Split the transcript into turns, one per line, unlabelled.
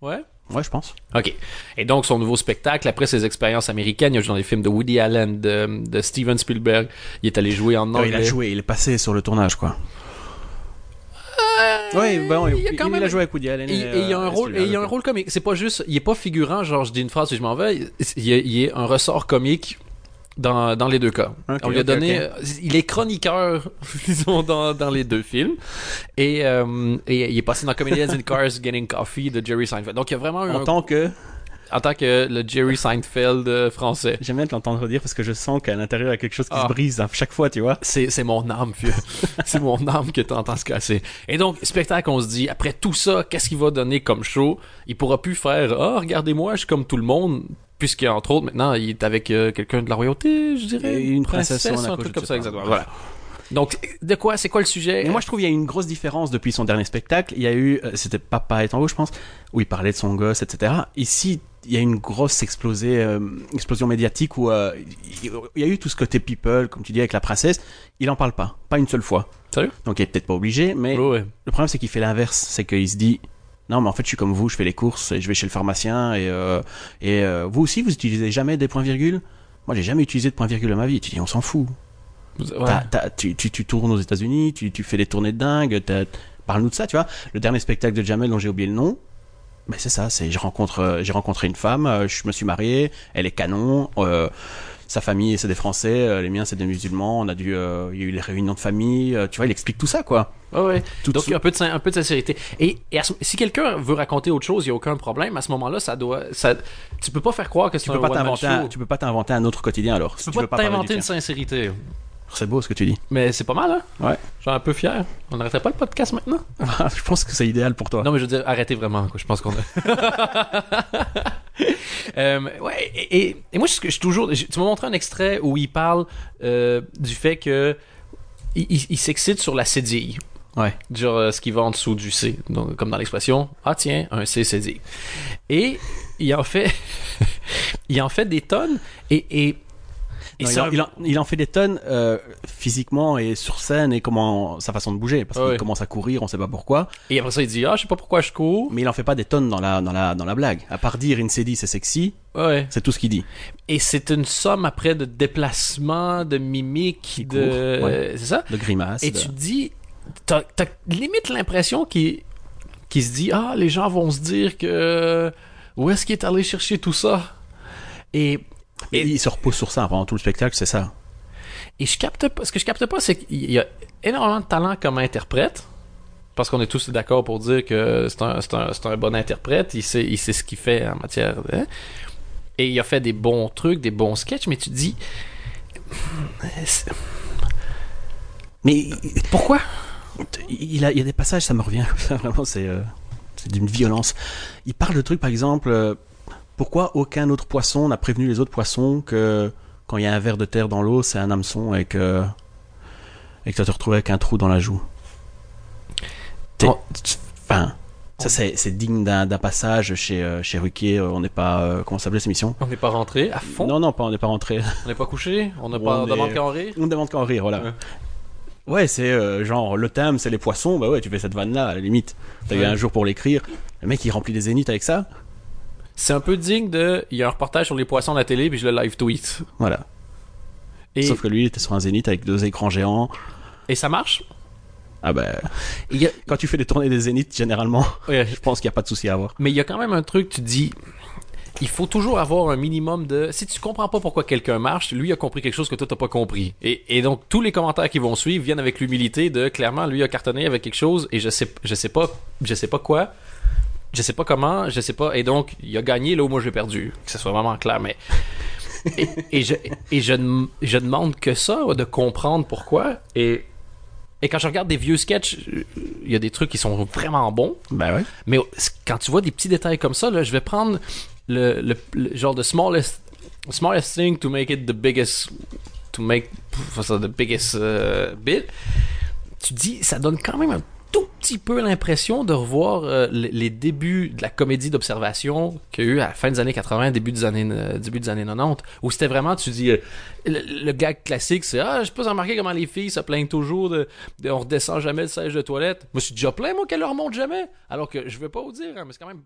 Ouais.
Ouais, je pense.
OK. Et donc, son nouveau spectacle, après ses expériences américaines, il a joué dans les films de Woody Allen, de, de Steven Spielberg. Il est allé jouer en
Ouais,
anglais.
il a joué, il est passé sur le tournage, quoi. Ouais, bon, il,
Euh, il y a quand
il
même-
a joué avec Woody Allen.
Et, et il y a un
euh,
rôle, et il y a un rôle comique. C'est pas juste, il est pas figurant, genre je dis une phrase et je m'en vais. Il- Il y a, il y a un ressort comique dans, dans les deux cas.
Ok,
On lui a
ok,
donné,
ok.
euh, il est chroniqueur, disons, dans, dans les deux films. Et, euh, et il est passé dans Comedians in Cars Getting Coffee de Jerry Seinfeld. Donc il y a vraiment eu un-
En tant que.
en tant que le Jerry Seinfeld euh, français.
J'aime bien te l'entendre dire parce que je sens qu'à l'intérieur, il y a quelque chose qui
Ah.
se brise à chaque fois, tu vois.
C'est, c'est mon âme, vieux. c'est mon âme que t'entends se casser. Et donc, spectacle, on se dit, après tout ça, qu'est-ce qu'il va donner comme show? Il pourra plus faire, ah, regardez-moi, je suis comme tout le monde. Puisque, entre autres, maintenant, il est avec euh, quelqu'un de la royauté, je dirais.
Et une princesse
ou un
Monaco,
truc
je
comme
sais
ça,
pas.
exactement. Voilà. Donc, de quoi, c'est quoi le sujet?
Et moi, je trouve qu'il y a une grosse différence depuis son dernier spectacle. Il y a eu, euh, c'était Papa est en haut, je pense, où il parlait de son gosse, etc. Ici, il y a une grosse explosée, euh, explosion médiatique où euh, il il y a eu tout ce côté people, comme tu dis, avec la princesse. Il en parle pas, pas une seule fois.
Sérieux?
Donc, il est peut-être pas obligé, mais
Ouais, ouais.
le problème, c'est qu'il fait l'inverse. C'est qu'il se dit, non, mais en fait, je suis comme vous, je fais les courses, et je vais chez le pharmacien, et, euh, et euh, vous aussi, vous utilisez jamais des points-virgules Moi, j'ai jamais utilisé de points-virgules à ma vie. Tu dis, on s'en fout.
Ouais.
T'as- t'as- tu, tu- tu tournes aux États-Unis, tu, tu fais des tournées de dingue. t'as- Parle-nous de ça, tu vois. Le dernier spectacle de Jamel dont j'ai oublié le nom, ben c'est ça. C'est je rencontre, euh, j'ai rencontré une femme, euh, je me suis marié, elle est canon. euh, sa famille, c'est des Français, euh, les miens, c'est des musulmans. On a dû, euh, il y a eu les réunions de famille. euh, tu vois, il explique tout ça, quoi.
Ouais, ouais.
Tout
Donc,
ça-
un peu de, sin- un peu de sincérité. Et, et à ce- si quelqu'un veut raconter autre chose, il n'y a aucun problème. À ce moment-là, ça doit. Ça, tu peux pas faire croire que c'est
tu
un
peux pas
one-man
t'inventer,
show.
un, tu peux pas t'inventer un autre quotidien alors. si
Tu
tu
peux
veux
pas
parler du
t'inventer
tien.
une sincérité.
C'est beau ce que tu dis.
Mais c'est pas mal, hein?
Ouais.
Genre un peu fier. On n'arrêterait pas le podcast maintenant?
je pense que c'est idéal pour toi.
Non, mais je veux dire, arrêtez vraiment, quoi. Je pense qu'on a. Euh, ouais, et, et- et moi, je, je suis toujours. je- tu m'as montré un extrait où il parle euh, du fait que. Il, il- il s'excite sur la cédille.
Ouais.
Genre euh, ce qui va en dessous du C. Donc, comme dans l'expression, ah tiens, un C cédille. Et il en fait. il en fait des tonnes. Et. et, et
Non,
c'est
il, en,
un-
il en- il en fait des tonnes euh, physiquement et sur scène et comment sa façon de bouger parce qu'il
Ah Ouais.
commence à courir on sait pas pourquoi
et après ça, il dit, ah, je sais pas pourquoi je cours.
mais il en fait pas des tonnes dans la dans la dans la blague à part dire Insedi c'est sexy
Ouais.
c'est tout ce qu'il dit
Et c'est une somme après de déplacements, de mimiques,
Il
de. Euh,
court, ouais.
C'est ça?
de grimace
Et
de-
tu te dis. T'as t'as limite l'impression qu'il qu'il se dit Ah, les gens vont se dire que. Où est-ce qu'il est allé chercher tout ça? Et.
Mais il se repose sur ça pendant tout le spectacle c'est ça
Et je capte pas. Ce que je capte pas, c'est qu'il y a énormément de talent comme interprète. Parce qu'on est tous d'accord pour dire que c'est un, c'est un- c'est un bon interprète. Il sait, il sait ce qu'il fait en matière. hein. Et il a fait des bons trucs, des bons sketchs, mais tu te dis.
mais
Pourquoi?
il, a, il y a des passages, ça me revient comme ça, vraiment, c'est euh, c'est d'une violence. Il parle de trucs, par exemple, euh, pourquoi aucun autre poisson n'a prévenu les autres poissons que quand il y a un ver de terre dans l'eau, c'est un hameçon et que, et que tu te retrouves avec un trou dans la joue. T'es-
On-
tu- Enfin, ça c'est c'est digne d'un d'un passage chez, euh, chez Ruquier, euh, on n'est pas... euh, comment ça s'appelait cette émission
On n'est pas rentré à fond.
Non, non, pas, on n'est pas rentré.
On n'est pas couché. On n'a pas
On est-
demandé qu'à en rire.
On demande qu'à en rire, voilà. Ouais, c'est euh, genre le thème, c'est les poissons. Bah ouais, tu fais cette vanne là, à la limite. T'as eu
Ouais.
un jour pour l'écrire. Le mec, il remplit des zéniths avec ça.
C'est un peu digne de. Il y a un reportage sur les poissons à la télé, puis je le live tweet.
Voilà.
Et,
Sauf que lui, il était sur un zénith avec deux écrans géants.
et ça marche.
Ah bah.
Il y a-
Quand tu fais des tournées des zéniths, généralement,
Ouais.
je pense qu'il n'y a pas de souci à avoir.
Mais il y a quand même un truc, tu dis. Il faut toujours avoir un minimum de. Si tu comprends pas pourquoi quelqu'un marche, lui a compris quelque chose que toi t'as pas compris. Et, et donc tous les commentaires qui vont suivre viennent avec l'humilité de clairement lui a cartonné avec quelque chose et je sais je sais pas je sais pas quoi, je sais pas comment, je sais pas et donc il a gagné là où moi j'ai perdu. Que ce soit vraiment clair, mais et, et je et je ne- je demande que ça de comprendre pourquoi et et quand je regarde des vieux sketchs, il y a des trucs qui sont vraiment bons.
Bah ouais.
Mais quand tu vois des petits détails comme ça, là, je vais prendre le, le- le genre de smallest, smallest thing to make it the biggest, to make for the biggest euh, bit. Tu dis, ça donne quand même un tout petit peu l'impression de revoir euh, les, les débuts de la comédie d'observation qu'il y a eu à la fin des années 80, début des années, euh, début des années 90, où c'était vraiment, tu dis, euh, le, le gag classique, c'est Ah, je sais pas si vous avez remarqué comment les filles se plaignent toujours de, de- on redescend jamais le siège de toilette. Moi, je suis déjà plein, moi, qu'elle leur monte jamais. Alors que je veux pas vous dire, hein, mais c'est quand même